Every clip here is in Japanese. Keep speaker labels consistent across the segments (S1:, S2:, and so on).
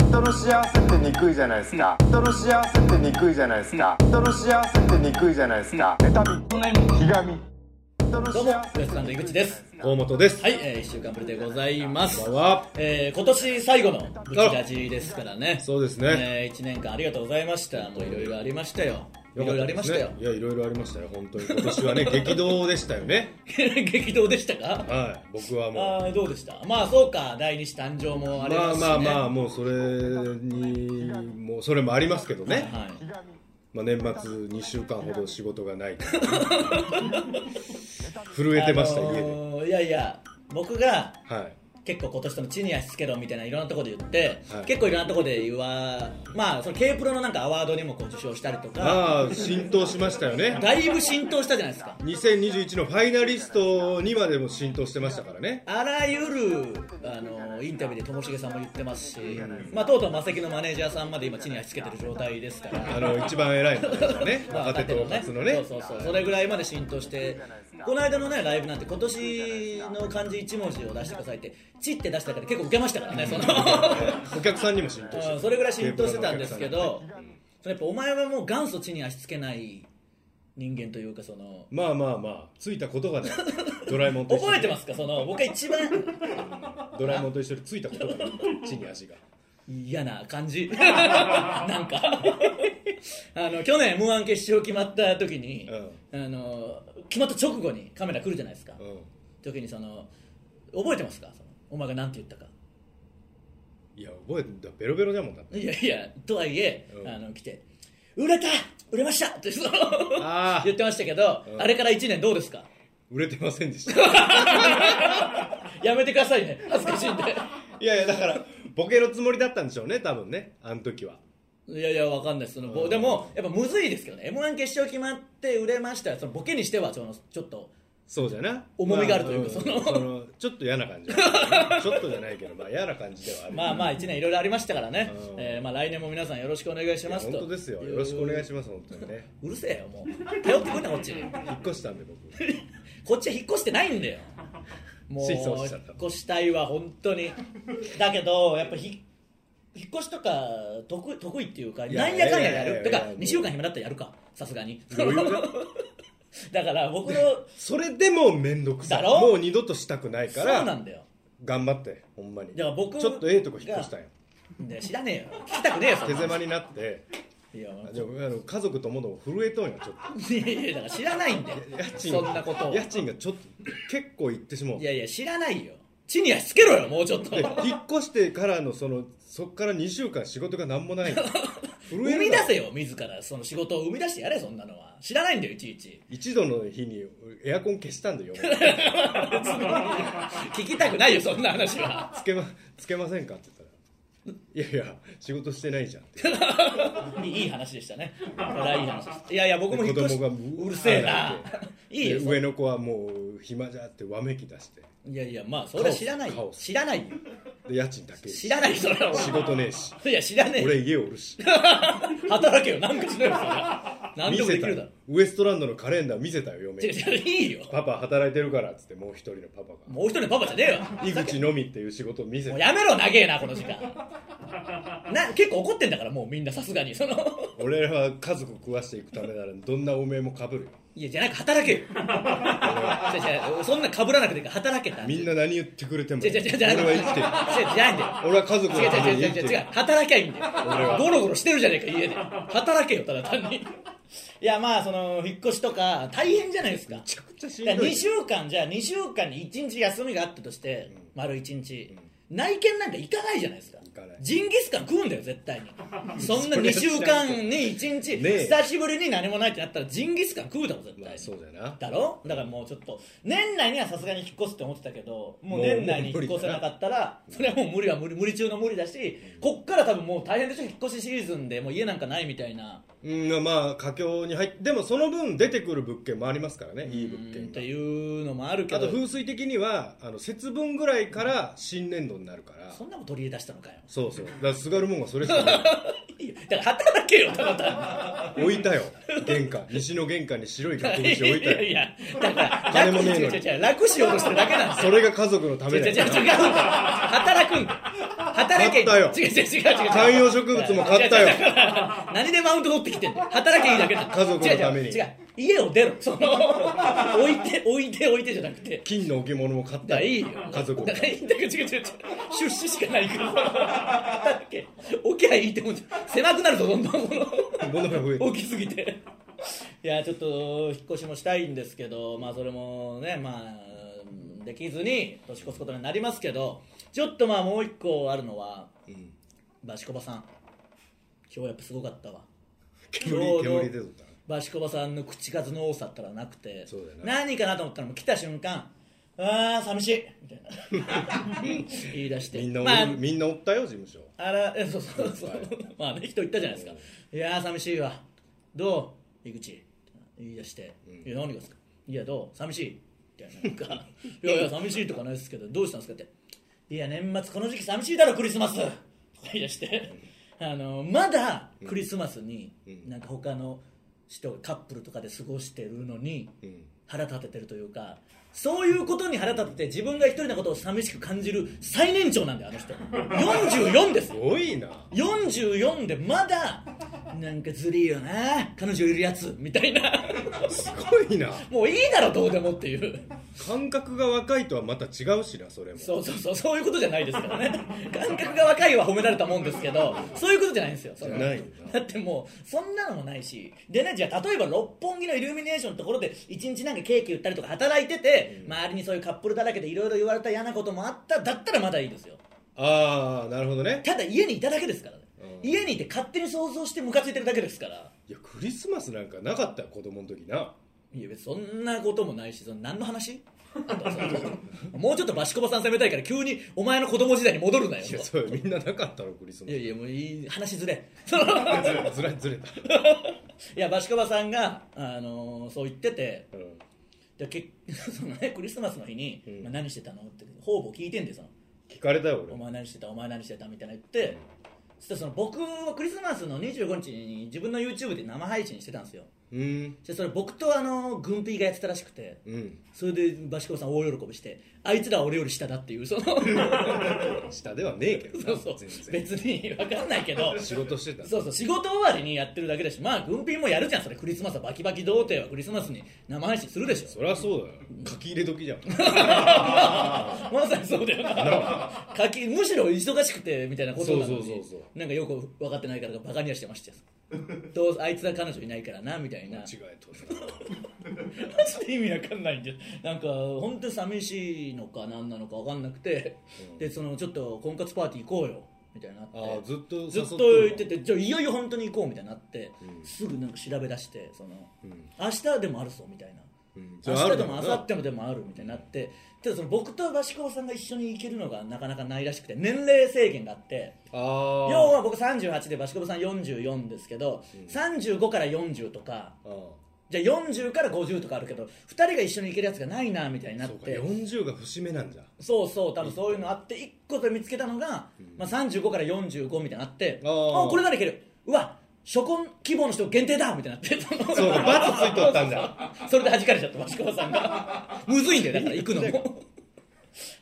S1: 人の幸せってにくいじゃないですか人の幸せってにくいじゃないですか人の幸せってにくいじゃないですか妬みひがみどう
S2: どうも、ウエストランド井口です。
S3: 河本です。
S2: はい、えー、1週間ぶりでございます
S3: こん。ばんは。
S2: えー、今年最後のブチラジですからね。
S3: そうですね。
S2: えー、1年間ありがとうございました。もういろいろありましたよ。いろいろありましたよ
S3: かっ。ですねいや、いろいろありましたよ。本当に今年はね、激動でしたよ ね。
S2: 激動でしたか
S3: はい。僕はも
S2: あーどうでしたまあそうか、第二子誕生もあ
S3: う。
S2: り
S3: ま
S2: ま
S3: あ
S2: すし、ね。
S3: まあまあ、
S2: あ。
S3: もうそれに、もうそれもありますけどね。
S2: はい、
S3: まあ年末2週間ほど仕事がない。 震えてました、
S2: あの
S3: 家で。
S2: ーいやいや、僕が
S3: はい。
S2: 結構今年との地に足つけろみたいないろんなところで言って、
S3: はい
S2: 結構いろんなところで言わ、まあその K プロのなんかアワードにもこう受賞したりとか、
S3: ああ、浸透しましたよね。
S2: だいぶ浸透したじゃないですか。
S3: 2021のファイナリストにまでも浸透してましたからね。
S2: あらゆるあのインタビューでともしげさんも言ってますし、まあ、とうとうマセキのマネージャーさんまで今、地に足つけてる状態ですから、
S3: あの、一番偉いのがね、
S2: まあ
S3: 若手と初の
S2: そ
S3: ね
S2: う。そうそう、それぐらいまで浸透して、この間の、ね、ライブなんて、今年の漢字一文字を出してくださいって、ちって出したから、結構受けましたからね、その
S3: お客さんにも浸透して
S2: う
S3: た
S2: んそれぐらい浸透してたんですけど、それやっぱお前はもう元祖地に足つけない人間というか、その。
S3: まあまあまあついたこ とがねドラえもんと一緒に
S2: 覚えてますかその僕が一番
S3: ドラえもんと一緒についたことがね地に足が
S2: 嫌な感じ なんか あの去年 m 1決勝決まった時に、あの決まった直後にカメラ来るじゃないですか、
S3: うん
S2: 時にその覚えてますかそのお前が何て言ったか
S3: いや覚えてだベロベロだもんだって
S2: いやいやとはいえ、
S3: うん
S2: あの来て「売れた売れました!」ってそ の
S3: あー
S2: 言ってましたけど、
S3: うん
S2: あれから1年どうですか
S3: 売れてませんでした
S2: やめてくださいね恥ずかしいんで
S3: いやいやだからボケのつもりだったんでしょうね多分ねあの時はい
S2: やいやわかんないですその、ぼ
S3: うん
S2: でもやっぱむずいですけどね m 1決勝決まって売れましたそのボケにしてはそのちょっと
S3: そうじゃな
S2: 重みがあるというか
S3: ま
S2: その
S3: んちょっと嫌な感じだねちょっとじゃないけどまあ嫌な感じではある
S2: まあまあ1年いろいろありましたからね
S3: う、ん
S2: えーまあ来年も皆さんよろしくお願いし
S3: いや
S2: ます
S3: 本
S2: と
S3: 当ですよよろしくお願いします本当にね
S2: うるせえよもう頼ってくんなこっちに
S3: 引っ越したんで 僕
S2: こっちは引っ越してないんだよもう
S3: シー
S2: 引
S3: ソーしちゃった
S2: っ越したいわ本当にだけどやっぱひ引っ越しとか得得意っていうか
S3: いや
S2: なんやかんやや
S3: いやいやいや
S2: る
S3: い
S2: て
S3: や
S2: か2週間暇だったらやるかさすがに
S3: 余裕だ
S2: だから僕の
S3: それでも面倒くさい
S2: だろ
S3: もう二度としたくない
S2: そ
S3: か
S2: う
S3: ら
S2: なんだよ
S3: 頑張ってほんまに
S2: だから僕
S3: ちょっとええとこ引っ越したんよ
S2: で知らねえよ聞きたくねえよそん
S3: 手
S2: な
S3: 狭になって
S2: いや
S3: あじゃああの家族ともども震えとんよちょっ
S2: いやいやだから知らないんだよ
S3: と家賃
S2: そんなことを
S3: 家賃がちょっと結構いってしまう
S2: いやいや知らないよ地に足つけろよもうちょっと
S3: で引っ越してからのそのそっから2週間仕事が何も ないの震
S2: 生
S3: え
S2: み出
S3: るだろ
S2: せよ自らその仕事を生み出してやれそんなのは知らないんだよいちいち
S3: 一度の日にエアコン消したんだよ
S2: 聞きたくないよそんな話は
S3: つけ,、ま、つけませんかって言ったら「いやいや仕事してないじゃん」って
S2: いいいい話でしたねこれはいい話でしたいやいや僕も引っ越し
S3: 子供がう
S2: うるせえな
S3: あーなん
S2: いいよ
S3: で
S2: そ
S3: 上の子はもう暇じゃってわめき出して
S2: いやいやまあそれは知らない
S3: カ
S2: よ
S3: オス
S2: 知らないよ
S3: で家賃だけ
S2: 知
S3: 仕
S2: らないそれは
S3: 事ねえし
S2: いや知らねえよ
S3: 俺家おるし
S2: 働けよなんかしろよそれは 何でもできるだろ
S3: ウエストランドのカレンダー見せたよ嫁
S2: 違う
S3: に
S2: 違ういいよ
S3: パパ働いてるからっつってもう一人のパパが
S2: もう一人のパパじゃねえよ
S3: 井口のみっていう仕事を見せ
S2: もう
S3: た
S2: やめろ長えなこの時間な結構怒ってんだからもうみんなさすがにその
S3: 俺らは家族食わしていくためならどんなおめえもかぶるよ
S2: いやじゃなく働けよ違う違うそんな被らなくていいから働けた
S3: みんな何言ってくれても
S2: 違う違う
S3: 俺
S2: 違うじゃなく
S3: は生きてる
S2: 違うじゃないんだよ
S3: 俺は家族
S2: 違
S3: のため
S2: う違う
S3: に
S2: 違
S3: 生
S2: う違う
S3: きてる
S2: 違う働きゃいいんだ
S3: 俺
S2: よ
S3: は
S2: ゴロゴロしてるじゃねえか家で働けよただ単にいやまあその引っ越しとか大変じゃないですか
S3: めちゃくちゃしんどい
S2: 2週間じゃあ2週間に1日休みがあったとして、丸1日、内見なんか行かないじゃないですか
S3: 行かない
S2: ジンギスカン食うんだよ絶対 にそんな
S3: そ
S2: 2
S3: りゃ
S2: 週間に1日、
S3: ねえ
S2: 久しぶりに何もないってなったらジンギスカン食うだろ絶対に、
S3: まあそうだよな
S2: だろだからもうちょっと年内にはさすがに引っ越すって思ってたけどもう
S3: もう
S2: 年内に引っ越せなかったらそれはもう無理は無理無理中の無理だしこっから多分もう大変でしょ引っ越しシーズンでもう家なんかないみたいな
S3: うんまあ佳境に入ってでもその分出てくる物件もありますからねいい物
S2: っ
S3: 件
S2: て
S3: が
S2: いうのもあるけ
S3: あと
S2: ど
S3: 風水的にはあの節分ぐらいから新年度になるから
S2: そんなもん取り入れ出したのかよ
S3: そうそうだからすがるもんがそれしかない
S2: いいよだから働けよただ単
S3: 置いたよ玄関西の玄関に白い額縁
S2: に
S3: 置い
S2: い
S3: た
S2: やい
S3: よ
S2: やだから
S3: 金も
S2: 楽
S3: ねえのに
S2: 違う違う違う楽しようとしてるだけなんですよ
S3: それが家族のた
S2: 違う
S3: め
S2: 違う
S3: だ
S2: 違う違う
S3: よ
S2: 働くんだよ働け
S3: 買ったよ
S2: 違う違う違う違う
S3: 観葉植物も買ったよ
S2: 違う違うだから何でマウント取ってきてんの働けいいだけだ
S3: 家族のために
S2: 違う違う違う家を出ろその置いて置いて置いてじゃなくて
S3: 金の置物も買
S2: だ
S3: った
S2: からいいよ
S3: 家族
S2: だからいいんだけど違う違う違う出資しかないから働け置きゃいいってもんじゃ狭くなるぞどんどんその
S3: 物が増えて
S2: 大きすぎていやちょっと引っ越しもしたいんですけどまあそれもねまあできずに年越すことになりますけどちょっとまあもう一個あるのは
S3: うん
S2: バシコバさん今日やっぱすごかったわ
S3: 煙煙出とったな
S2: バシコバさんの口数の多さったらなくて
S3: そうだよな
S2: 何かなと思ったらもう来た瞬間あー寂しいみたい な言い出して
S3: みんなおる
S2: まあ
S3: みんなおったよ事務所
S2: あらえそうそうそうまあね人言ったじゃないですか「いやー寂しいわどう井口」って言い出して「いや何がですかいやどう寂しい」みたいななんか「いやいや寂しいとかないですけどどうしたんですか?」って「いや年末この時期寂しいだろクリスマス」とか言い出してあのまだクリスマスになんか他の人がカップルとかで過ごしてるのに
S3: うん
S2: 腹立ててるというかそういうことに腹立てて自分が一人のことを寂しく感じる最年長なんだよあの人44です
S3: す
S2: よ
S3: ごいな
S2: 44でまだなんかずりいよな彼女いるやつみたいな
S3: すごいな
S2: もういいだろどうでもっていう
S3: 感覚が若いとはまた違うしなそれも
S2: そうそうそうそういうことじゃないですからね 感覚が若いは褒められたもんですけどそういうことじゃないんですよその
S3: じゃないん
S2: だ
S3: だ
S2: ってもうそんなのもないしでねじゃあ例えば六本木のイルミネーションのところで一日なんかケーキ売ったりとか働いてて、周りにそういうカップルだらけでいろいろ言われた嫌なこともあっただったらまだいいですよ
S3: ああなるほどね
S2: ただ家にいただけですからね、
S3: うん
S2: 家にいて勝手に想像してムカついてるだけですから
S3: いやクリスマスなんかなかったよ子供の時ない
S2: や別にそんなこともないしその何の話 もうちょっとバシコバさん責めたいから急にお前の子供時代に戻るなよ
S3: いやそうよみんななかったろクリスマ
S2: い
S3: ス
S2: や
S3: い
S2: いやもういい話ずれ そのい
S3: やずれずれずれた、
S2: やバシコバさんが、あのーそう言ってて
S3: うん
S2: でけ その、ね、クリスマスの日に、
S3: うん
S2: まあ、何してたのって方々聞いてんでその
S3: 聞かれたよ俺
S2: お前何してたお前何してたみたいな言ってそしたらその僕はクリスマスの25日に自分の YouTube で生配信してたんですよ
S3: うん
S2: そしたら僕とあの軍ピーがやってたらしくて
S3: うん
S2: それでバシコバさん大喜びしてあいつらは俺より下だっていうその
S3: 下ではねえけど な
S2: そうそう
S3: 全然
S2: 別に分かんないけど
S3: 仕事してた
S2: そうそう仕事終わりにやってるだけだしまあ軍品もやるじゃんそれクリスマスはバキバキ童貞はクリスマスに生配信するでしょ
S3: そりゃそうだよ書き入れ時じゃん
S2: まさにそうだよな書きむしろ忙しくてみたいなことなのに
S3: そうそうそうそ
S2: なんかよく分かってないからバカにはしてましたよ どうせあいつは彼女いないからなみたいな
S3: 間違えとるな
S2: マジで意味わかんないんでなんか本当に寂しいのか何なのかわかんなくて、でそのちょっと婚活パーティー行こうよみたいになって
S3: あーずっと
S2: ずっと
S3: 誘
S2: 言っててじゃあいよいよ本当に行こうみたいになって、すぐなんか調べ出してその、
S3: ん
S2: 明日でもあるぞみたいな、
S3: んそれ
S2: 明
S3: あ
S2: 日
S3: る
S2: で
S3: だ
S2: も
S3: ろうな
S2: 明後日もでもあるみたいになってただその僕とバシコさんが一緒に行けるのがなかなかないらしくて年齢制限があって
S3: あ
S2: 要は僕38でバシコさん44ですけど、35から40とか
S3: ああ
S2: じゃあ40から50とかあるけど2人が一緒に行けるやつがないなみたいになっ
S3: そうか
S2: て
S3: 40が節目なんじゃ
S2: そうそう多分そういうのあって1個で見つけたのが、まあ、35から45みたいなのあって
S3: あー
S2: これならいけるうわ初婚希望の人限定だみたいになってそう
S3: そうかバツついとったんだ
S2: そうそれで弾かれちゃった益川さん がむずいんだよだから行くのも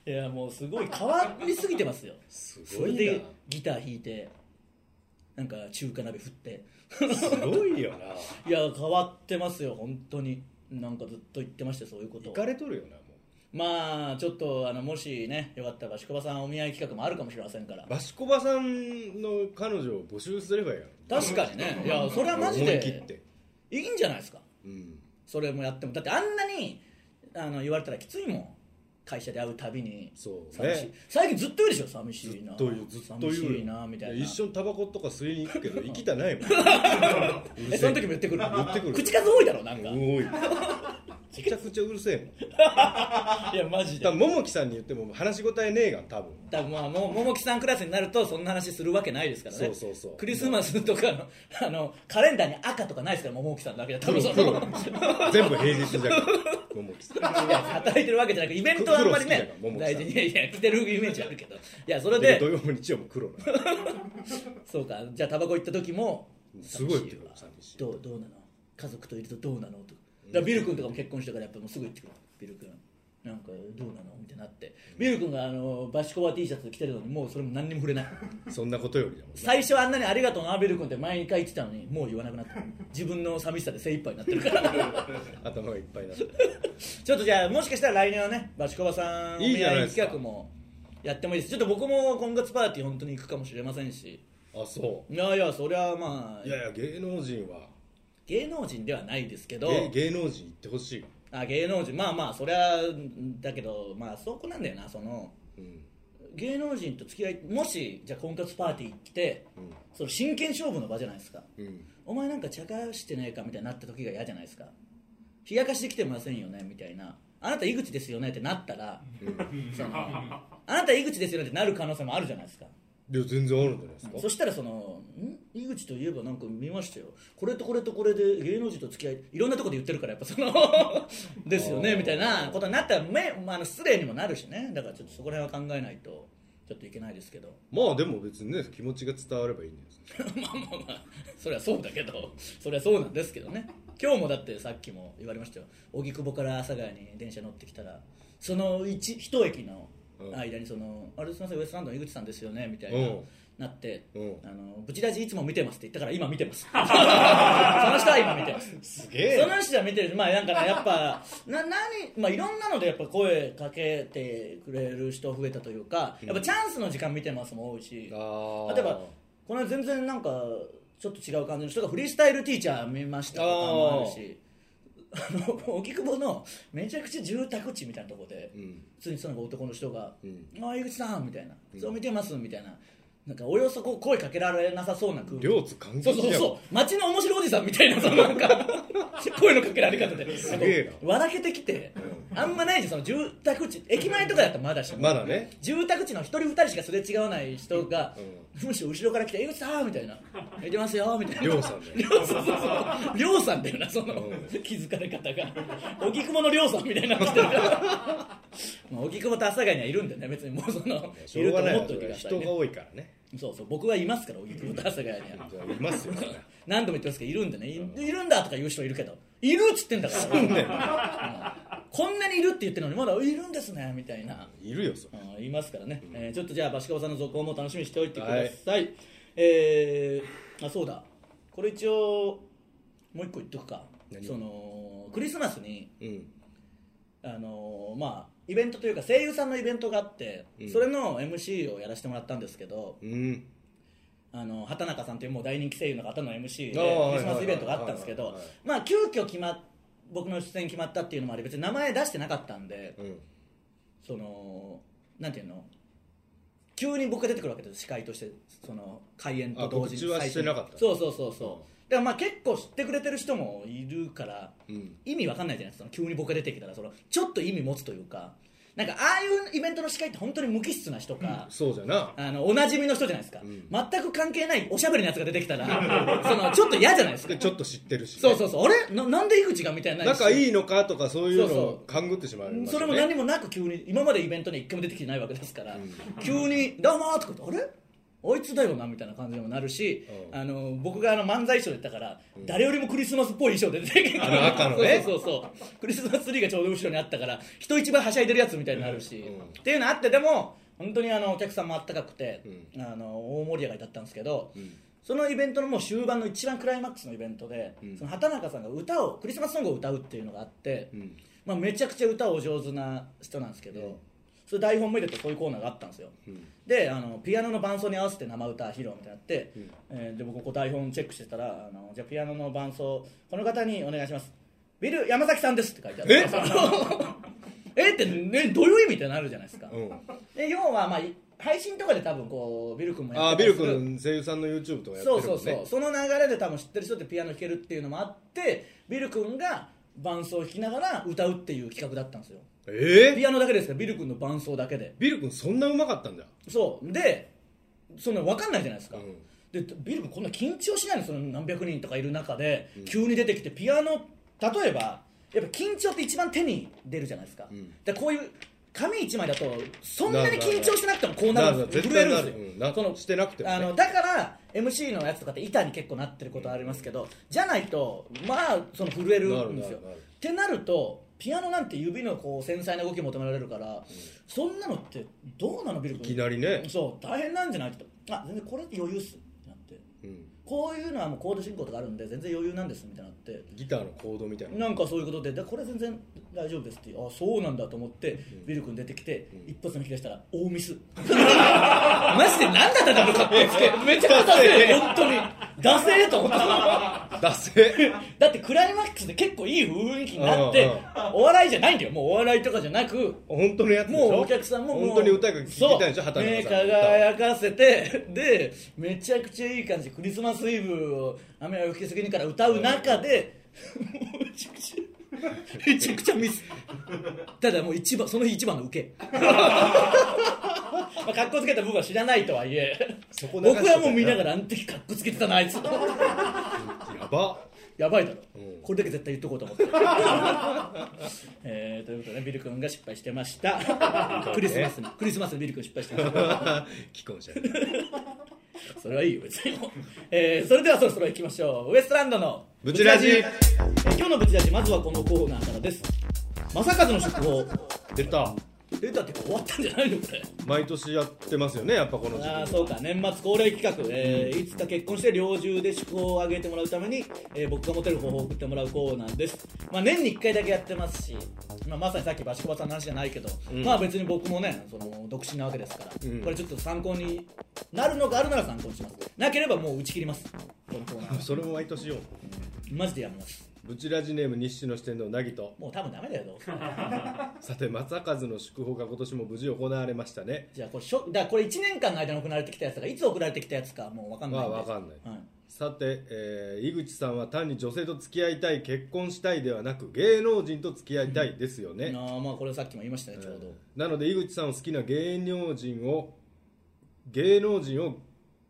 S2: いやもうすごい変わりすぎてますよ
S3: す
S2: そ
S3: ご
S2: れ
S3: い
S2: で
S3: な
S2: ギター弾いてなんか中華鍋振って
S3: すごいよない
S2: や変わってますよ本当になんかずっと言ってましたそういうこと
S3: 行
S2: を
S3: かれとるよなも
S2: まあちょっとあのもしねよかったらしこばさんお見合い企画もあるかもしれませんから
S3: うバシコバさんの彼女を募集すればいいや
S2: 確かにねいやそれは
S3: ろ
S2: マジ
S3: 思い切っ
S2: で
S3: て
S2: いいんじゃないですか
S3: うん
S2: それもやってもだってあんなにあの言われたらきついもん会社で会うたびに
S3: そうね
S2: 寂しい最近ずっと言うでしょ寂
S3: ず
S2: しいな
S3: っと言うずっと言う
S2: 寂しいなみたいな
S3: や一緒にタバコとか吸いに行くけ ど行きたないもんう
S2: え
S3: る
S2: そ
S3: せ
S2: の時も言ってくる
S3: 言ってくる
S2: 口数多いだろなんかい
S3: おいめちゃくちゃうるせえもん
S2: やマジで
S3: 多分桃木さんに言っても話し応えねえがん多分
S2: 多分まあもう桃木さんクラスになるとそんな話するわけないですからね
S3: そうそうそう
S2: クリスマスとかのあのカレンダーに赤とかないですから桃木さんだけで多
S3: プロ
S2: 分そ
S3: プ
S2: の
S3: ロ全部平日じ ゃん桃木さん
S2: いや働いてるわけじゃなくイベントはあんまりね
S3: 黒好きだから桃木さん
S2: 大事にいやいや着てるイメージあるけどいやそれ
S3: で
S2: で
S3: 土曜も日曜も黒なの
S2: そうかじゃあタバコ行った時も
S3: すごい言ってくる
S2: わ
S3: 寂しい
S2: どうどうなの家族といるとどうなのとかだからビル君とかも結婚したからやっぱもうすぐ行ってくるビル君なんかどうなのみたいになってミル君があのバシコバ T シャツ着てるのにもうそれも何にも触れない
S3: そんなことよりだもんね
S2: 最初あんなにありがとうなベル君って毎回言ってたのにもう言わなくなった自分の寂しさで精一杯になってるから
S3: 頭がいっぱいになって
S2: ちょっとじゃあもしかしたら来年はねバシコバさん
S3: いいじゃないですか
S2: 企画もやってもいいですちょっと僕も今月パーティー本当に行くかもしれませんし
S3: あそ
S2: いやいやそりゃまあ
S3: ういやいや芸能人は
S2: 芸能人ではないですけど
S3: 芸芸能人行ってほしい、
S2: あ芸能人まあまあそりゃうんだけどまあそこなんだよなその
S3: うん
S2: 芸能人と付き合いもしじゃあ婚活パーティー来て、その真剣勝負の場じゃないですか
S3: うん、
S2: お前なんか茶化してないかみたいになった時が嫌じゃないですか冷やかしてきてませんよねみたいなあなた井口ですよねってなったら、そのあなた井口ですよねってなる可能性もあるじゃないですか
S3: いや全然あるんじゃないですか、
S2: そしたらそのん井口といえばなんか見ましたよこれとこれとこれで芸能人と付き合いいろんなとこで言ってるからやっぱそ のですよねみたいなことになったらめ、まあ、あの失礼にもなるしねだからちょっとそこら辺は考えないとちょっといけないですけど
S3: まあでも別にね気持ちが伝わればいいんです
S2: まあまあまあそれはそうだけどそれはそうなんですけどね今日もだってさっきも言われましたよ荻窪から阿佐ヶ谷に電車乗ってきたらその一一駅の間にその「あれすみませんウエストランドの井口さんですよね」みたいな。
S3: うん
S2: なって、
S3: うん
S2: あのブチラジいつも見てますって言ったから今見て ますその人は今見てます
S3: すげ
S2: その人は見てるまあなんかねやっぱな何まあいろんなのでやっぱ声かけてくれる人増えたというかやっぱチャンスの時間見てますも多いし、
S3: あー
S2: 例えばこの間全然なんかちょっと違う感じの人がフリースタイルティーチャー見ましたとかもあるしあの荻窪のめちゃくちゃ住宅地みたいなところで、
S3: うん
S2: 普通にその男の人が
S3: うん
S2: 「ああ井口さん」みたいな「そう見てます」みたいななんかおよそこう声かけられなさそうな空気
S3: 両津関
S2: そ
S3: 係
S2: うそう
S3: じゃん
S2: そう街の面白いおじさんみたいなそのなんか声のかけられ方です
S3: げえな
S2: なんか笑けてきてあんまないしその住宅地駅前とかだったらまだしも
S3: まだね
S2: 住宅地の一人二人しかすれ違わない人が、
S3: う
S2: むしろ後ろから来て「江口さん」みたいな「見てますよ」 みたいな
S3: りょうさんだよ
S2: りょうそうそうそうりょうさんだよなその、
S3: う
S2: 気づかれ方が荻窪のりょうさんみたいになってるからまあ荻窪と阿佐ヶ谷にはいるんでね別にもうその
S3: し
S2: い
S3: ょ
S2: る
S3: う
S2: と
S3: がない
S2: 思っ
S3: わ
S2: といてください
S3: 人
S2: ね
S3: が多いからね
S2: そうそう僕はいますから荻窪と阿佐ヶ谷には
S3: じゃあいますよそりゃ
S2: 何度も言ってますけどいるんでねいいるんだとか言う人いるけどいるっつってんだからうんこんなにいるって言ってるのにまだいるんですねみたいな、
S3: いるよそ
S2: うん
S3: れ
S2: 言いますからね、えーちょっとじゃあバシカワさんの続報も楽しみにしておいてください、えーあそうだこれ一応もう一個言っとくか
S3: 何
S2: そのクリスマスに
S3: うん
S2: あのーまあイベントというか声優さんのイベントがあって、
S3: うん
S2: それの MC をやらせてもらったんですけど、
S3: うん
S2: あの畑中さんというもう大人気声優の方の MC で
S3: あー
S2: クリスマスイベントがあったんですけ
S3: はい
S2: ど
S3: はいはいはい
S2: まあ急遽決まっ僕の出演決まったっていうのもあり別に名前出してなかったんで
S3: うん
S2: そのなんていうの急に僕が出てくるわけです司会としてその開演と同時
S3: あ告知
S2: 最
S3: は
S2: 初に
S3: してなかった
S2: そうそうそうそうだからまあ結構知ってくれてる人もいるから
S3: うん
S2: 意味わかんないじゃないですかその急に僕が出てきたらそのちょっと意味持つというかなんかああいうイベントの司会って本当に無機質な人か、
S3: そうじゃな
S2: あのおなじみの人じゃないですか、全く関係ないおしゃべりのやつが出てきた らそのちょっと嫌じゃないですか
S3: でちょっと知ってるしね
S2: そうそうそうあれななんで井口がみたいになるし
S3: 仲いいのかとかそういう
S2: そ
S3: の
S2: う
S3: を勘ぐってしまうよね
S2: それも何もなく急に今までイベントに一回も出てきてないわけですから、急に「どうも」とか言って「あれあいつだよな」みたいな感じにもなるし、
S3: うん
S2: あの僕があの漫才衣装で言ったから、誰よりもクリスマスっぽい衣装で出てきて
S3: あの赤のね
S2: そうそうそうクリスマスツリーがちょうど後ろにあったから人一倍はしゃいでるやつみたいになるし、
S3: うん
S2: っていうのあってでも本当にあのお客さんもあったかくて、
S3: う
S2: あの大盛り上がりだったんですけど、
S3: ん
S2: そのイベントのもう終盤の一番クライマックスのイベントで、
S3: ん
S2: その畑中さんが歌をクリスマスソングを歌うっていうのがあって、
S3: うん
S2: まあ、めちゃくちゃ歌お上手な人なんですけど、それ台本見ててそういうコーナーがあったんですよ、
S3: うん
S2: であのピアノの伴奏に合わせて生歌披露みたいになって、
S3: ん
S2: えーで僕こう台本チェックしてたらあのじゃあピアノの伴奏この方にお願いしますビル山崎さんですって書いてある
S3: え
S2: ええって、ね、どういう意味ってなるじゃないですか、
S3: うん
S2: で要は、まあ、い配信とかで多分こうビル君もや
S3: あ
S2: っ
S3: ー
S2: て
S3: ビ
S2: たりす
S3: ル
S2: る
S3: 君声優さんの YouTube とかやってる
S2: そ
S3: も
S2: うん
S3: ね
S2: そうそう、その流れで多分知ってる人ってピアノ弾けるっていうのもあってビル君が伴奏を弾きながら歌うっていう企画だったんですよ
S3: ええ
S2: ピアノだけですからビル君の伴奏だけで
S3: ビル君そんなうまかったんだ
S2: そうでそんな分かんないじゃないですか、
S3: うん
S2: でビル君こんな緊張しないのその何百人とかいる中で、急に出てきてピアノ例えばやっぱ緊張って一番手に出るじゃないですか、
S3: ん
S2: だからこういう紙一枚だとそんなに緊張してなくてもこうな
S3: な
S2: る
S3: る
S2: んですよ
S3: 絶
S2: 震え
S3: 対
S2: る
S3: なん
S2: です
S3: る
S2: よ、
S3: うんな
S2: その
S3: してなくても
S2: あ
S3: ね
S2: のだから MC のやつとかって板に結構なってることありますけど、じゃないとまあその震えるんですよ
S3: なるなるな
S2: っ
S3: る
S2: てなるとピアノなんて指のこう繊細な動き求められるから、そんなのってどうなのビル
S3: い
S2: 君
S3: きなりね、
S2: そう大変なんじゃないって言ったらあ全然これって余裕っすってなって
S3: うん、
S2: こういうのはもうコード進行とかあるんで全然余裕なんですみたいになって
S3: ギターのコードみたいな
S2: なんかそういうことででこれ全然大丈夫ですってあそうなんだと思って、ビル君出てきて、一発の引き出したら大ミス マジで何だったんだろうかってめちゃくちゃダセえ本当にダセえと思った
S3: ダセ
S2: だってクライマックスで結構いい雰囲気になって
S3: うん
S2: お笑いじゃないんだよもうお笑いとかじゃなく
S3: 本当のやつでし
S2: も
S3: ょ
S2: うお客さんももう
S3: 本当に歌が聴きたいでし
S2: そ
S3: ょ
S2: う
S3: 畑
S2: 目
S3: 中さんの歌
S2: 輝かせてでめちゃくちゃいい感じクリスマスイブを雨が吹きすぎるから歌う中 で、もうめちゃくちゃめちゃくちゃミスただもう一番その日一番の受け まあ格好つけた僕は知らないとはいえ
S3: そこ流し
S2: 僕
S3: てたよ
S2: はもう見ながらあの時格好つけてたなあいつ
S3: やば
S2: やばいだろ、
S3: うん
S2: これだけ絶対言っとこうと思って、 えーということでビル君が失敗してま したクリスマスにクリスマスにビル君失敗してました
S3: 既婚者ね
S2: それはいいよ別に、 えーそれではそろそろ行きましょうウエストランドの
S3: ブチラジ
S2: えー今日のブチラジまずはこのコーナーからです正和の食法
S3: 出た
S2: 出たってか終わったんじゃないのこれ
S3: 毎年やってますよねやっぱこの時期
S2: ああそうか年末恒例企画、えーいつか結婚して猟銃で祝報をあげてもらうために、えー僕がモテる方法を送ってもらうコーナーです、まあ、年に1回だけやってますし、まあ、まさにさっきバシコバさんの話じゃないけど、
S3: うん
S2: まあ別に僕もねその独身なわけですから、
S3: うん
S2: これちょっと参考になるのがあるなら参考にしますなければもう打ち切りますこのコーナーは
S3: それも毎年よ
S2: マジでやめます
S3: ブチラジネーム日誌の四天王なぎと
S2: もう多分ダメだよどう せ
S3: さて正和の祝報が今年も無事行われましたね
S2: じゃあこれしょだからこれ1年間の間に送られてきたやつがいつ送られてきたやつかもう分かんないんで
S3: まあ分かんない
S2: はい
S3: さて、えー井口さんは単に女性と付き合いたい結婚したいではなく芸能人と付き合いたいですよね、
S2: なあまあこれさっきも言いましたねちょうど、
S3: なので井口さんを好きな芸能人を芸能人を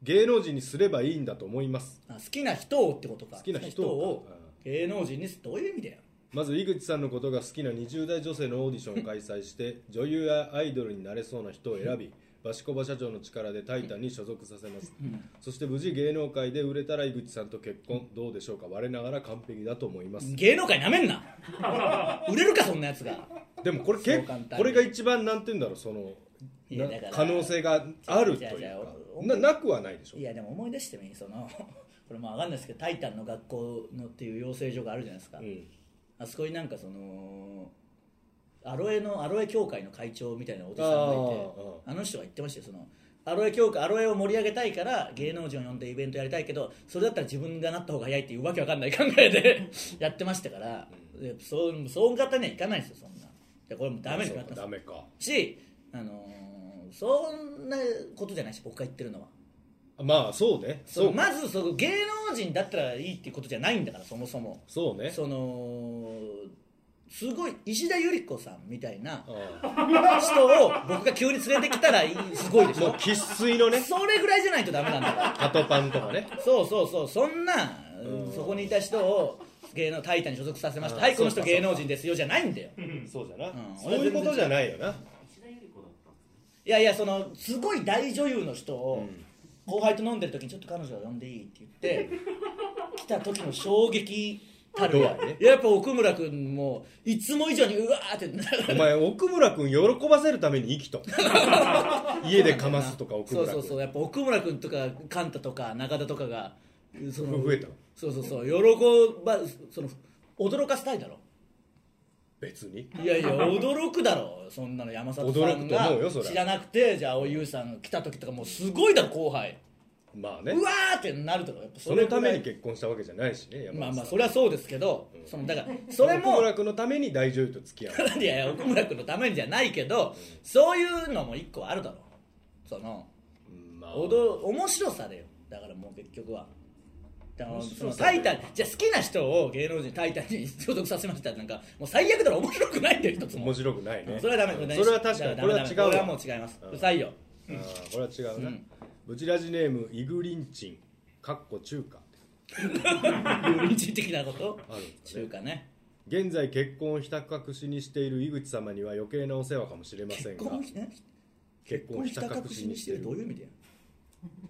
S3: 芸能人にすればいいんだと思います
S2: あ好きな人をってことか
S3: 好きな人
S2: 好きな
S3: を
S2: を芸能人にすどういう意味だよ
S3: まず井口さんのことが好きな20代女性のオーディションを開催して 女優やアイドルになれそうな人を選びバシコバ社長の力でタイタンに所属させますそして無事芸能界で売れたら井口さんと結婚どうでしょうか我ながら完璧だと思います
S2: 芸能界なめんな 売れるかそんなやつが
S3: でもこれ
S2: そう
S3: 結
S2: 簡単に
S3: これが一番なんて言うんだろうその
S2: いや
S3: な
S2: だから
S3: 可能性があるとい
S2: じゃあじゃあ
S3: うか
S2: お
S3: ななくはないでしょ
S2: いやでも思い出してみその これもう分かんないですけど「タイタン」の学校のっていう養成所があるじゃないですか、
S3: うん
S2: あそこになんかそのアロエのアロエ協会の会長みたいなおじさんがいて
S3: あ
S2: あの人が言ってましたよそのアロエ協会アロエを盛り上げたいから芸能人を呼んでイベントやりたいけどそれだったら自分がなった方が早いっていうわけわかんない考え でやってましたから、でそうそう方にはいかないですよそんなでこれもうダメに
S3: そ
S2: な
S3: う
S2: って
S3: か
S2: ま
S3: ダメか
S2: すし、あのーそんなことじゃないし僕が言ってるのは
S3: まあそうね
S2: その
S3: そう
S2: まずその芸能人だったらいいっていうことじゃないんだからそもそも
S3: そうね
S2: そのすごい石田ゆり子さんみたいな
S3: あ
S2: 人を僕が急に連れてきたらいいすごいで
S3: あ
S2: し
S3: もう
S2: ょ
S3: 生粋の ね
S2: それぐらいじゃないとダメなんだから
S3: ハトパンとかね
S2: そうそうそうそんなそこにいた人を芸能タイタンに所属させましたはいこの人芸能人ですよじゃないんだよ
S3: そうじゃな、
S2: ん
S3: そういうことじゃないよな、
S2: いやいやそのすごい大女優の人を後輩と飲んでる時にちょっと彼女を呼んでいいって言って来た時の衝撃たるや
S3: 度合いね
S2: やっぱ奥村君もいつも以上にうわーって
S3: お前奥村君喜ばせるために生 きと家でかますとか奥
S2: そう
S3: 村
S2: そ
S3: 君
S2: うそうやっぱ奥村君とかカンタとか中田とかがその
S3: 増えた
S2: そうそうそう喜ばその驚かせたいだろ
S3: 別に
S2: い やいや驚くだろそんなの山里さ
S3: 驚
S2: ん
S3: くと
S2: が
S3: 思うよそりゃ
S2: 知らなくてじゃあ蒼井優さんが来た時とかもうすごいだろ後輩
S3: まあね
S2: うわーってなるだろやっぱ
S3: そ
S2: れ
S3: の
S2: ぐら
S3: た
S2: い
S3: めに結婚したわけじゃないしね山
S2: まあ
S3: 田さ
S2: ま
S3: ん
S2: あそれはそうですけどそのだからそれ
S3: 奥
S2: も
S3: 村君のために大女優と付き合 う
S2: いやいや奥村君のためにじゃないけどそういうのも一個あるだろその
S3: うんまあ
S2: おど面白さだよだからもう結局はだから
S3: 面
S2: そ
S3: 白
S2: の
S3: さ
S2: タイタンじゃあ好きな人を芸能人タイタンに所属させましたってなんかもう最悪だろ面白くないんだよ一つも
S3: 面白くないね
S2: それはダメこれ
S3: それは確かに
S2: ダ
S3: こ
S2: メ
S3: れ
S2: ダ
S3: は
S2: メ
S3: 違う
S2: こ
S3: わ
S2: れはもう違います
S3: うん
S2: うるさいよ
S3: あーこれは違うな、
S2: うん
S3: ブチラジネームイグリンチンかっこ中華
S2: 倫理的なこと
S3: あるんだね
S2: 中華ね
S3: 現在結婚をひた隠しにしている井口様には余計なお世話かもしれません
S2: 結
S3: が
S2: 婚ね
S3: 結
S2: 結婚ひた隠しにしてるどういう意味だよ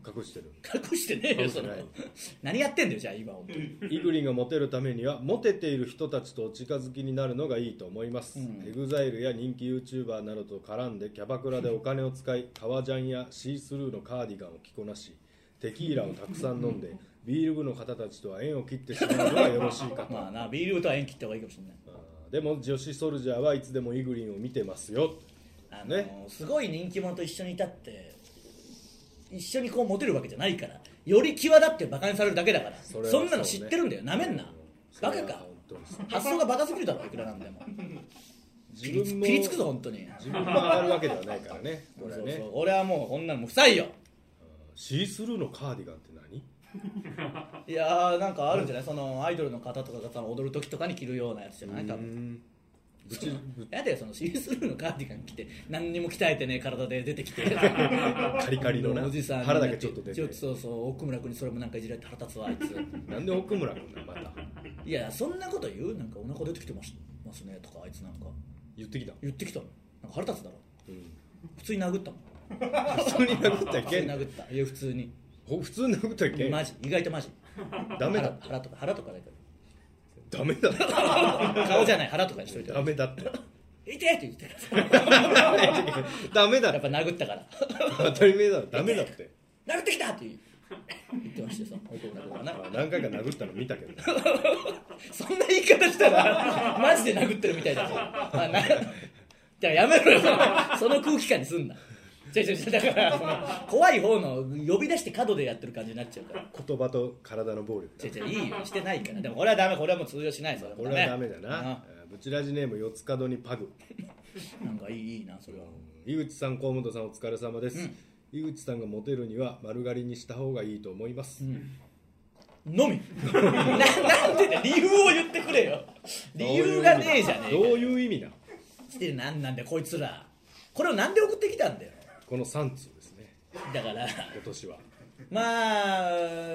S3: 隠隠してる
S2: 隠してねえよその
S3: 隠し
S2: 何やってんだよじゃあ今本当に
S3: イグリンがモテるためにはモテている人たちとお近づきになるのがいいと思います、エグザイルや人気 YouTuber などと絡んでキャバクラでお金を使い革ジャンやシースルーのカーディガンを着こなしテキーラをたくさん飲んでビール部の方たちとは縁を切ってしまうのがよろしいかと
S2: まあなビールとは縁切った方がいいかもしれない
S3: あーでも女子ソルジャーはいつでもイグリンを見てますよ
S2: あの
S3: ね
S2: すごい人気者と一緒にいたって一緒にこうモテるわけじゃないからより際立ってバカにされるだけだから
S3: そ
S2: そ,、
S3: れは
S2: んなの
S3: そ
S2: 知
S3: う
S2: っ
S3: ね
S2: てるんだよなめんなバカ
S3: それは
S2: か
S3: 本当に
S2: 発想がバカすぎるだろいくらなんでも
S3: 自
S2: ピリ
S3: 分
S2: つ
S3: も
S2: ピリつくぞ本当に
S3: 自分も上がるわけではないからねこれ は
S2: そう
S3: ね
S2: そう俺はもうこんなのもう不採用
S3: シースルーのカーディガンって何
S2: いやーなんかあるんじゃないそのアイドルの方とかがその踊る時とかに着るようなやつじゃない多分
S3: ぶちぶ
S2: やだよそのシースルーのカーディガン着て何にも鍛えてねえ体で出てきて
S3: カリカリのな
S2: おじさんにな
S3: 腹だけちょっと出
S2: ちょってとそうそう奥村君にそれもなんかいじられて腹立つわあ いつ
S3: なんで奥村君だまた
S2: いやそんなこと言うなんかお腹出てきてますますねとかあいつなんか
S3: 言ってきた
S2: 言ってきたのなんか腹立つだろ
S3: うん
S2: 普通に殴ったもん
S3: 普通に殴ったらい
S2: 普通
S3: け
S2: に
S3: ん
S2: 殴ったいや普通に
S3: ほ普通に殴ったらいけん
S2: マジ意外とマジ
S3: ダメだ
S2: 腹腹とか腹とかだけ
S3: ダメだって
S2: ど顔じゃない腹とかにしといて
S3: ダメだって
S2: 痛いって言ってた
S3: ダメだっ
S2: やってぱ殴ったから
S3: 当たり前だろダメだって
S2: 殴ってきたって言ってましてさ男の子がな
S3: あ何回か殴ったの見たけど
S2: そんな言い方したらマジで殴ってるみたいだぞあなじゃあやめろよその空気感にすんな違う違う違うだからその怖い方の呼び出して角でやってる感じになっちゃうから
S3: 言葉と体の暴力
S2: 違う違ういいよしてないからでもこれはダメこれはもう通用しないそれ
S3: これはダメだ
S2: うん
S3: なえーブチラジネーム四つ角にパグ
S2: なんかいいいいなそれは
S3: 井口さん河本さんお疲れ様です、
S2: うん
S3: 井口さんがモテるには丸刈りにした方がいいと思います、
S2: のみ ななんでだ理由を言ってくれよ理由がねえじゃねえ
S3: どう
S2: か
S3: いう意味なの
S2: してなんなんだよこいつらこれをなんで送ってきたんだよ
S3: この3通ですね
S2: だから
S3: 今年は
S2: ま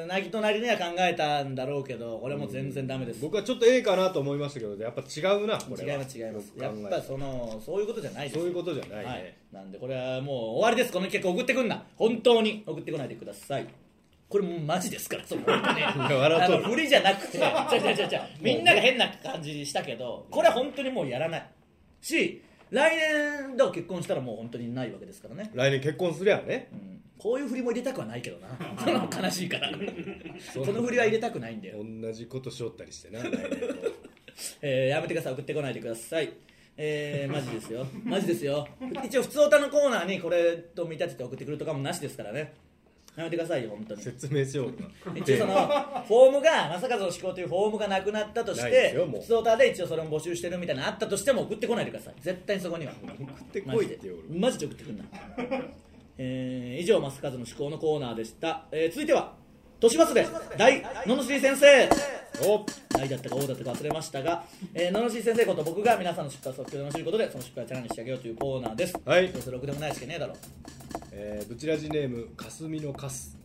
S2: あなぎとなりには考えたんだろうけどこれも全然ダメです、
S3: 僕はちょっと A かなと思いましたけどやっぱ違うなこれ
S2: 違い
S3: は
S2: ます違いますや
S3: よ
S2: っ
S3: く考えた
S2: ぱそのそういうことじゃないです
S3: そういうことじゃないね、
S2: はい、なんでこれはもう終わりですこの企画送ってくんな本当に送ってこないでくださいこれもうマジですからその本当に
S3: 笑
S2: あ
S3: う
S2: の
S3: とる
S2: 振りじゃなくて違う違う違う違うみんなが変な感じしたけどこれは本当にもうやらないし来年だから結婚したらもう本当にないわけですからね、
S3: 来年結婚すりゃね
S2: うんこういう振りも入れたくはないけどなその悲しいからその振りは入れたくないんだよ
S3: 同じことしょったりして な来年も
S2: えーやめてください送ってこないでくださいえー、マジですよマジですよ一応普通歌のコーナーにこれと見立てて送ってくるとかもなしですからねやめてくださいよ本当に
S3: 説明しようか
S2: 一応そのフォームが正和の思考というフォームがなくなったとし
S3: ないで
S2: て
S3: すよも
S2: 普
S3: う
S2: 通歌で一応それも募集してるみたいなのあったとしても送ってこないでください絶対にそこには
S3: 送って
S2: マ
S3: こ
S2: ジ
S3: い
S2: で
S3: ってよ俺
S2: マジで送ってくんな、えー、以上正和の思考のコーナーでした、えー続いては年バスで大野々しり先生
S3: お
S2: 大だったか大だったか忘れましたが、えー、野々しい先生こと僕が皆さんの失敗を即興で罵ることでその失敗をチャラにしてあげようというコーナーです
S3: はい
S2: どうせろくでもないしかねえだろ
S3: えー、ブチラジネームかすみのかす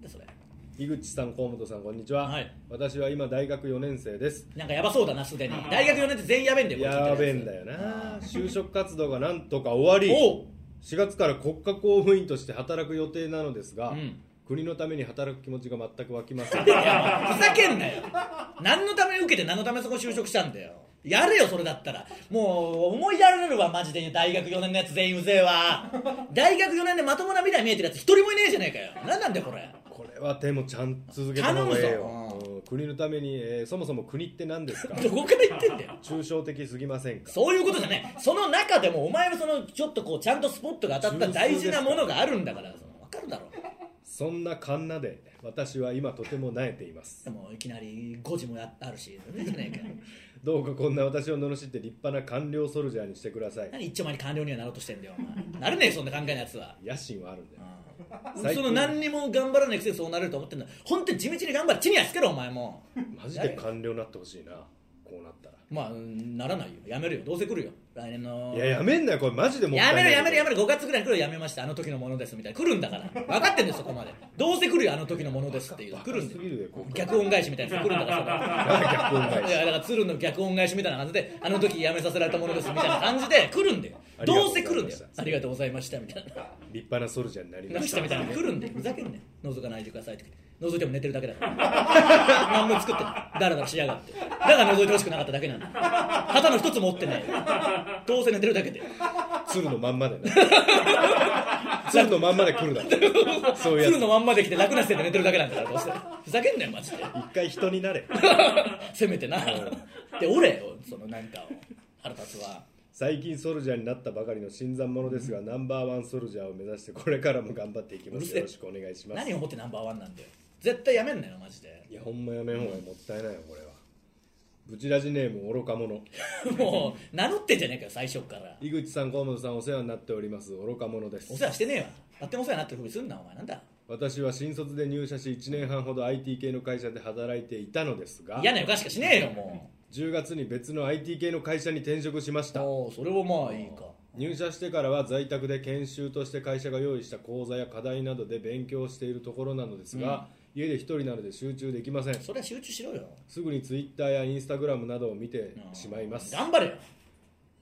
S2: でそれ
S3: 井口さん河本さんこんにちは、
S2: はい
S3: 私は今大学4年生です
S2: なんかやばそうだなすでに大学4年って全員やべえんだよこれ
S3: やべえんだよな就職活動がなんとか終わり
S2: おう
S3: 4月から国家公務員として働く予定なのですが、
S2: うん
S3: 国のために働く気持ちが全く湧き ません
S2: いやもうふざけんなよ何のために受けて何のためそこ就職したんだよやれよそれだったらもう思いやられるわマジで大学4年のやつ全員うぜえわ大学4年でまともな未来見えてるやつ一人もいねえじゃねえかよ何なんだよこれ
S3: これはでもちゃんと続けた方がええ
S2: 頼む
S3: よ、うん国のために、えーそもそも国って何ですか
S2: どこから言ってんだよ
S3: 抽象的すぎませんか
S2: そういうことじゃないその中でもお前はそのちょっとこうちゃんとスポットが当たった大事なものがあるんだからその分かるだろ
S3: そんなカンナで私は今とても萎えています
S2: でもいきなり5時もやあるし全然じゃないかよ
S3: どうかこんな私を罵って立派な官僚ソルジャーにしてください
S2: 何一丁前に官僚にはなろうとしてんだよお前なれねえよそんな考えのやつは
S3: 野心はあるんだよ最
S2: そ
S3: 近
S2: の何にも頑張らないくせにそうなれると思ってんだ本当に地道に頑張る地に足つけろお前も
S3: マジで官僚になってほしいなこうなったら
S2: まあうんならないよやめるよどうせ来るよ来年の
S3: いややめんなよこれマジでもった
S2: や
S3: いな
S2: めろ
S3: い
S2: やめろやめろ5月ぐらいに来るよやめましたあの時のものですみたいな来るんだから分かってんですそこ までどうせ来るよあの時のものですっていう来るんだ
S3: バカすぎるよ
S2: よ
S3: ここ
S2: 逆恩返しみたいなやつ来るんだからそれ
S3: 逆恩返
S2: い
S3: し
S2: やだから鶴の逆恩返しみたいな感じであの時やめさせられたものですみたいな感じで来るんだよ
S3: ありがとう
S2: ど
S3: ご
S2: う
S3: ざ
S2: せ
S3: いました
S2: 来るんだよありがとうございましたみたいな
S3: 立派なソルジャーになりま
S2: 何
S3: し
S2: したたみたいな来るんだよふざけんなよ覗かないでくださいって言って覗いても寝てるだけ だから何も作ってないだらだらしやがってだから覗いてほしくなかっただけなんだよ旗の一つ持ってないよどうせ寝てるだけで
S3: 鶴のまんまでね鶴のまんまで来るだろそうい
S2: 鶴
S3: うやつ
S2: のまんまで来て楽な姿勢で寝てるだけなんだからどうせふざけんなよマジで
S3: 一回人になれ
S2: せめてなで俺よそのなんかを腹立つわ
S3: 最近ソルジャーになったばかりの新参者ですが、ナンバーワンソルジャーを目指してこれからも頑張っていきま
S2: うる
S3: す
S2: せえ
S3: よろしくお願いします
S2: 何を思ってナンバーワンなんだよ絶対やめんなよマジで
S3: いやほんまやめんほうがもったいないよこれはブチラジネーム愚か者
S2: もう名乗ってんじゃねえかよ最初から
S3: 井口さん河本さんお世話になっております愚か者です
S2: お世話してねえわあってもお世話になってるふりすんなお前なんだ
S3: 私は新卒で入社し1年半ほど IT 系の会社で働いていたのですが
S2: 嫌な予感しかしねえよも
S3: 10月に別の IT 系の会社に転職しまし
S2: う
S3: た
S2: もうそれはまあいいか
S3: 入社してからは在宅で研修として会社が用意した講座や課題などで勉強しているところなのですが、家で一人なので集中できません
S2: それは集中しろよ
S3: すぐに Twitter や Instagram などを見て
S2: うん
S3: しまいます
S2: 頑張れよ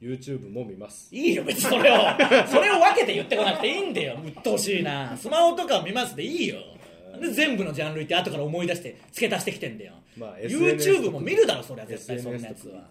S3: YouTube も見ます
S2: いいよ別にそれを それを分けて言ってこなくていいんだよ鬱陶しいなスマホとかを見ますでいいよなんで全部のジャンルって後から思い出して付け足してきてんだよ、
S3: まあ SNS
S2: YouTube も見るだろそりゃ絶対そんなやつ
S3: SNS
S2: は
S3: と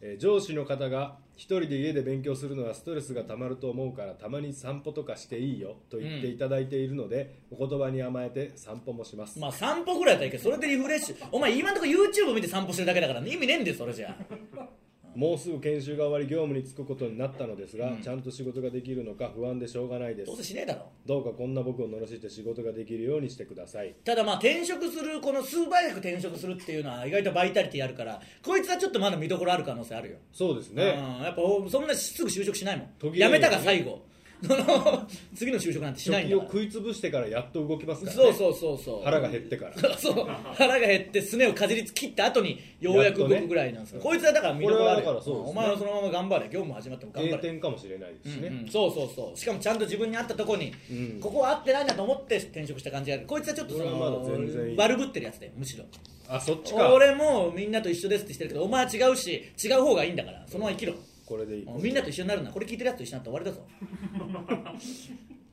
S3: えー上司の方が一人で家で勉強するのはストレスがたまると思うからたまに散歩とかしていいよと言っていただいているので、お言葉に甘えて散歩もします、
S2: まあ散歩ぐらいだったらいいけどそれでリフレッシュお前今のとこ YouTube 見て散歩してるだけだから意味ねえんだよそれ じゃあ
S3: もうすぐ研修が終わり業務に就くことになったのですが、
S2: うん
S3: ちゃんと仕事ができるのか不安でしょうがないです
S2: どうせしねえだろ
S3: どうかこんな僕を罵って仕事ができるようにしてください
S2: ただまあ転職するこの数倍く転職するっていうのは意外とバイタリティあるからこいつはちょっとまだ見どころある可能性あるよ、
S3: そうです
S2: うん、
S3: ね
S2: やっぱおそんなすぐ就職しないも
S3: 途
S2: ん
S3: 切れ
S2: や
S3: るよね
S2: めたが最後 その次の就職なんてしないんだ
S3: 食を
S2: から
S3: 食いつぶしてからやっと動きますから、ね、
S2: そうそうそうそう
S3: 腹が減ってから
S2: そうそう腹が減ってすねをかじり切った後にようやく動
S3: やっとね
S2: くぐらいなんですよ、こいつはだから見どころある
S3: これは
S2: よ
S3: だからそうですね
S2: お前はそのまま頑張れ業務始まっても頑張
S3: 栄
S2: れ
S3: 転かもしれないですしね、
S2: うんそうそうそうしかもちゃんと自分に合ったとこに、
S3: うん
S2: ここは合ってないなと思って転職した感じがあるこいつはちょっとそ
S3: 俺はまだ全然い
S2: の
S3: い
S2: 悪ぶってるやつだよむしろ
S3: あそっちか
S2: 俺もみんなと一緒ですってしてるけどお前は違うし違う方がいいんだからそのまま生きろ、
S3: これでいい
S2: みんなと一緒になるなこれ聞いてるやつと一緒になったら終わりだぞ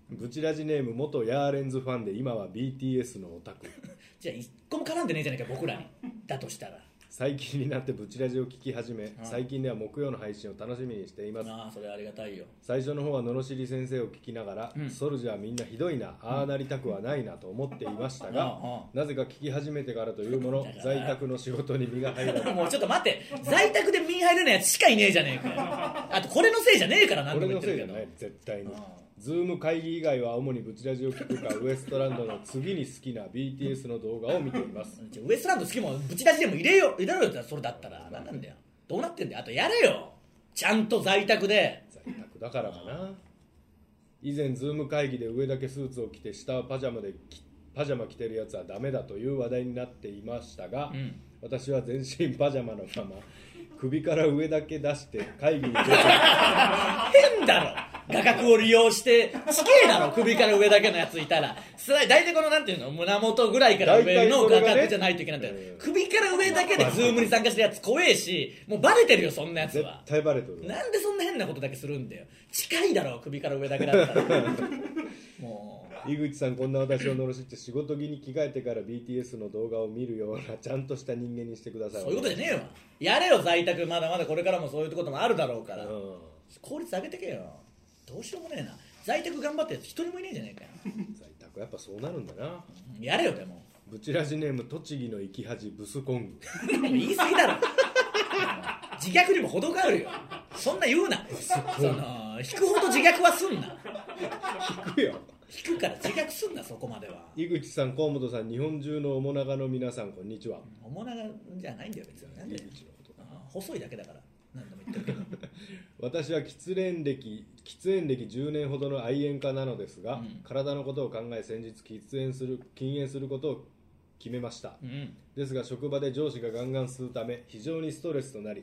S3: ブチラジネーム元ヤーレンズファンで今は BTS のオ タク
S2: じゃあ一個も絡んでねえじゃねえか僕らにだと したら
S3: 最近になってブチラジを聞き始め
S2: あ
S3: 最近では木曜の配信を楽しみにしています
S2: ああそれはありがたいよ
S3: 最初の方は罵り先生を聞きながら、
S2: うん
S3: ソルジャーみんなひどいなああなりたくはないなと思っていました
S2: あ
S3: が、
S2: あ
S3: なぜか聞き始めてからというもの
S2: だから
S3: 在宅の仕事に身が入らず
S2: もうちょっと待って在宅で見入れないやつしかいねえじゃ ねえかよあとこれのせいじゃねえから何
S3: 俺
S2: 度も言
S3: の
S2: って
S3: せ
S2: る
S3: いじ
S2: け
S3: ゃ
S2: ど
S3: ない絶対に
S2: ああ
S3: ズーム会議以外は主にブチラジを聞くかウエストランドの次に好きな BTS の動画を見ています
S2: じゃあウエストランド好きもぶち出しでも入れよ入れろよってそれだったら何なんだよどうなってんだよあとやれよちゃんと在宅で
S3: 在宅だからかな以前ズーム会議で上だけスーツを着て下はパジャマできパジャマ着てるやつはダメだという話題になっていましたが、
S2: うん
S3: 私は全身パジャマのまま首から上だけ出して会議に出 て
S2: 変だろ画角を利用してちけえだろ首から上だけのやついたらす大体このなんていうの胸元ぐらいから上の
S3: 大体それ
S2: 画
S3: がね
S2: 角じゃないといけないんだよ
S3: うん
S2: 首から上だけでズームに参加してるやつ怖えしもうバレてるよそんなやつ
S3: 絶
S2: は
S3: 対バレとる
S2: なんでそんな変なことだけするんだよ近いだろ首から上だけだった らもう
S3: 井口さんこんな私を罵って仕事着に着替えてから BTS の動画を見るようなちゃんとした人間にしてください
S2: そういうことじゃねえわやれよ在宅まだまだこれからもそういうこともあるだろうから、
S3: う
S2: 効率上げてけよどうしようもねえな在宅頑張ってるやつ一人もいねえじゃねえかよ
S3: ん在宅やっぱそうなるんだな
S2: うんやれよでも
S3: ブチラジネーム栃木の生き恥ブスコング
S2: 言い過ぎだろ自虐にも程があるよそんな言うなその引くほど自虐はすんな
S3: 聞くよ
S2: 引くから自虐すんなそこまでは
S3: 井口さん河本さん日本中の面長の皆さんこんにちは
S2: おもながじゃないんだよ別になん
S3: 井
S2: で
S3: 口のこと
S2: あ細いだけだから何度も言ってるけど
S3: 私は喫煙歴喫煙歴10年ほどの愛煙家なのですが、
S2: うん
S3: 体のことを考え先日喫煙する禁煙することを決めました、
S2: うん
S3: ですが職場で上司がガンガン吸うため非常にストレスとなり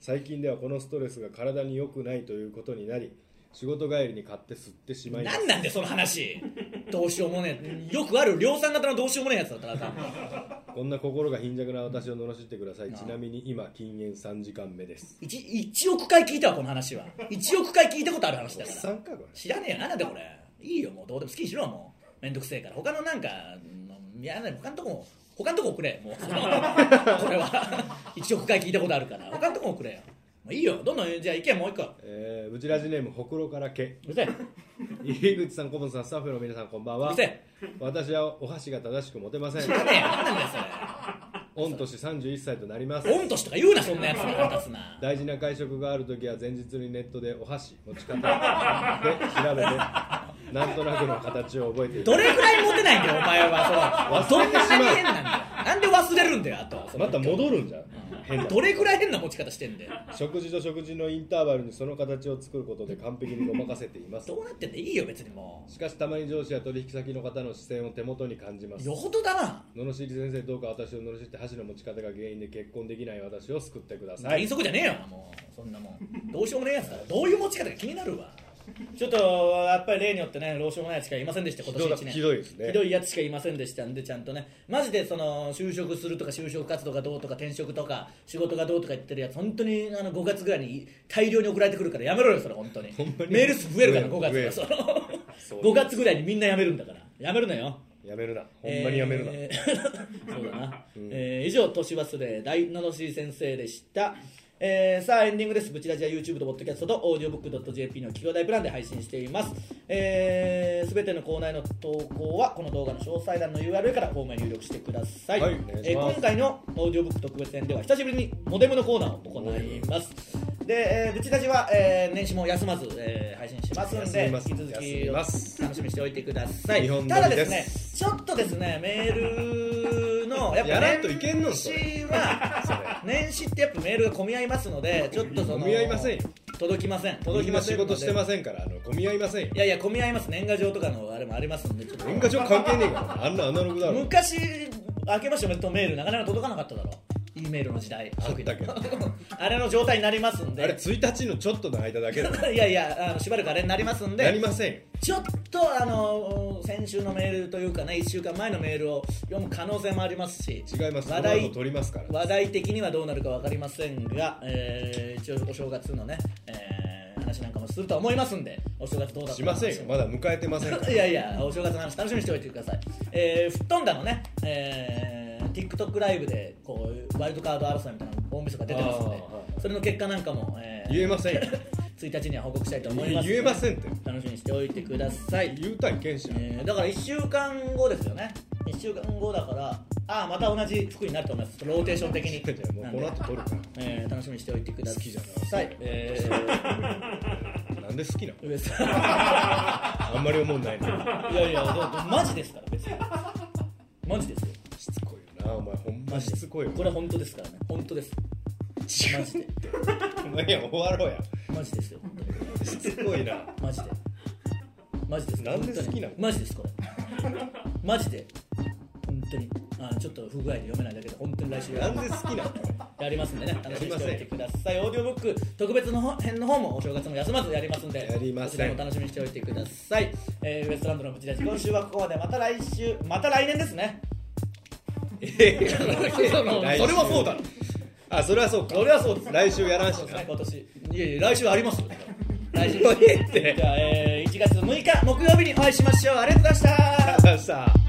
S3: 最近ではこのストレスが体に良くないということになり仕事帰りに買って吸ってしまいます
S2: 何なんだよその話どうしようもねえよくある量産型のどうしようもねえやつだったらさ
S3: こんな心が貧弱な私を罵ってください、ちなみに今禁煙3時間目です
S2: 一一億回聞いたわこの話は1億回聞いたことある話だか
S3: 3
S2: ら
S3: かこれ
S2: 知らねえよなんだこれいいよもうどうでも好きにしろもうめんどくせえから他のなんかうんいや他のとこも他のとこ送れもう これは1億回聞いたことあるから他のとこも送れよもういいよどんどんじゃあ意見もう一個
S3: えー、ブチラジネームほくろからけ
S2: うるせえ
S3: 入口さん小本さんスタッフの皆さんこんばん
S2: う
S3: は
S2: るせえ
S3: 私はお箸が正しく持てません
S2: 何なんだよ
S3: 御年31歳となります
S2: それ御年とか言うなそんなやつな腹立つな
S3: 大事な会食がある時は前日にネットでお箸持ち方 で調べてなんとなくの形を覚えている
S2: どれくらいモテないんだよお前はそのど
S3: 忘れ
S2: ん
S3: て
S2: な
S3: しまう
S2: 変なんだよなんで忘れるんだよあとその
S3: また戻るんじゃん変な
S2: どれくらい変な持ち方してんだよ
S3: 食事と食事のインターバルにその形を作ることで完璧にごまかせています
S2: どうなってんだよいいよ別にも
S3: しかしたまに上司や取引先の方の視線を手元に感じま
S2: う
S3: す
S2: よほどだな
S3: 罵り先生どうか私を罵って箸の持ち方が原因で結婚できない私を救ってください
S2: 遠足じゃねえよもうそんなもんどうしようもねえやつだろどういう持ち方が気になるわちょっとやっぱり例によってねどうしようもないやつしかいませんでした今年1年
S3: ひどいですね
S2: ひどいやつしかいませんでしたんでちゃんとねマジでその就職するとか就職活動がどうとか転職とか仕事がどうとか言ってるやつ本当にあの5月ぐらいに大量に送られてくるからやめろよそれ本当に
S3: まに
S2: メール数増えるから
S3: 増
S2: 5
S3: える
S2: 月はそ
S3: そう
S2: の5月ぐらいにみんなやめるんだからやめるなよ
S3: やめるなほんまにやめるな、
S2: えー そうだな、えー以上年忘れ大名のしい先生でしたえーさあエンディングですブチラジは YouTube と Podcast と audiobook.jp の企業大プランで配信していますすべ、えー全てのコーナーへの投稿はこの動画の詳細欄の URL からフォームへ入力してください、
S3: はいお願いします
S2: えー今回のオーディオブック特別編では久しぶりにモデムのコーナーを行いますで、えーブチラジは、えー年始も休まず、えー配信しますの
S3: 休
S2: で
S3: み
S2: 引
S3: ます
S2: き続
S3: 休みます
S2: き楽しみにしておいてください
S3: 日本撮
S2: ただ
S3: り
S2: で
S3: です
S2: すねちょっとですねメール のやっ
S3: や
S2: ぱ
S3: らんといけんの
S2: 年
S3: そ
S2: 始
S3: れ
S2: は年始ってやっぱメールが混み合いますのでちょっとその
S3: 混み合いませんよ
S2: 届きません届
S3: み
S2: き
S3: ん
S2: ま
S3: な
S2: せ
S3: 仕
S2: んので
S3: 事してませんからあの混み合いませんよ
S2: いやいや混み合います年賀状とかのあれもありますんでちょっと
S3: 文化上関係ねえからなあんなアナログだろ
S2: 昔明けましておめでとうメールなかなか届かなかっただろ E メールの時代
S3: あったけど
S2: あれの 状態になりますんで
S3: あれ1日のちょっとの間 だけだ
S2: いやいやあのしばらくあれになりますんで
S3: なりませんよ
S2: ちょっとあの先週のメールというかね1週間前のメールを読む可能性もありますし
S3: 違いま
S2: 話
S3: すこの
S2: 題
S3: 後取りますから
S2: 話題的にはどうなるか分かりませんが、えー一応お正月のね、えー話なんかもするとは思いますんでお正月どうだった
S3: しませんよまだ迎えてません か
S2: いやいやお正月の話楽しみにしておいてください、えー、吹っ飛んだのね、えー TikTok ライブでこうワイルドカード争いみたいなの大晦日出てますので、
S3: あーはい
S2: それの結果なんかも、えー
S3: 言えま せんよ
S2: 1日には報告したいと思いま
S3: ら
S2: す
S3: 言えませんって
S2: 楽しみにしておいてください、
S3: 言うたいけんしな
S2: えーだから1週間後ですよね1週間後だからああまた同じ服になると思いますローテーション的に
S3: じゃあもうこの後取るか
S2: えー楽しみにしておいてください
S3: 好きじゃない
S2: はいえ
S3: ら なんで好きなの
S2: ー上さ
S3: あんまり思んないの
S2: んいやいやだマジですから別にマジですよ
S3: しつこいよなお前ほんましつこいよ
S2: これ本当ですからね本当ですマジで
S3: お前や終わろうや
S2: マジですよ本当に
S3: しつこいな
S2: マジでマジです
S3: なんで
S2: 本当に
S3: 好きなの
S2: マジですこれマジで本当にあちょっと不具合で読めないだけで本当に来週
S3: なんで好き なの
S2: やりますんでね楽しみにしておいてくださいオーディオブック特別の方編の方もお正月も休まずやりますんで
S3: やりません
S2: こちらも楽しみにしておいてください、えーウエストランドのブチラジ今週はここまでまた来週また来年ですね そのそれ
S3: 来週
S2: はそうだろ
S3: あそれはそうか
S2: それはそうです
S3: 来週やらんし
S2: そうです
S3: な
S2: ね今年い やいや来週ありますよ来週
S3: もういいって
S2: じゃあ、えー1月6日木曜日にお会いしましょうありがとうございました
S3: さあさあ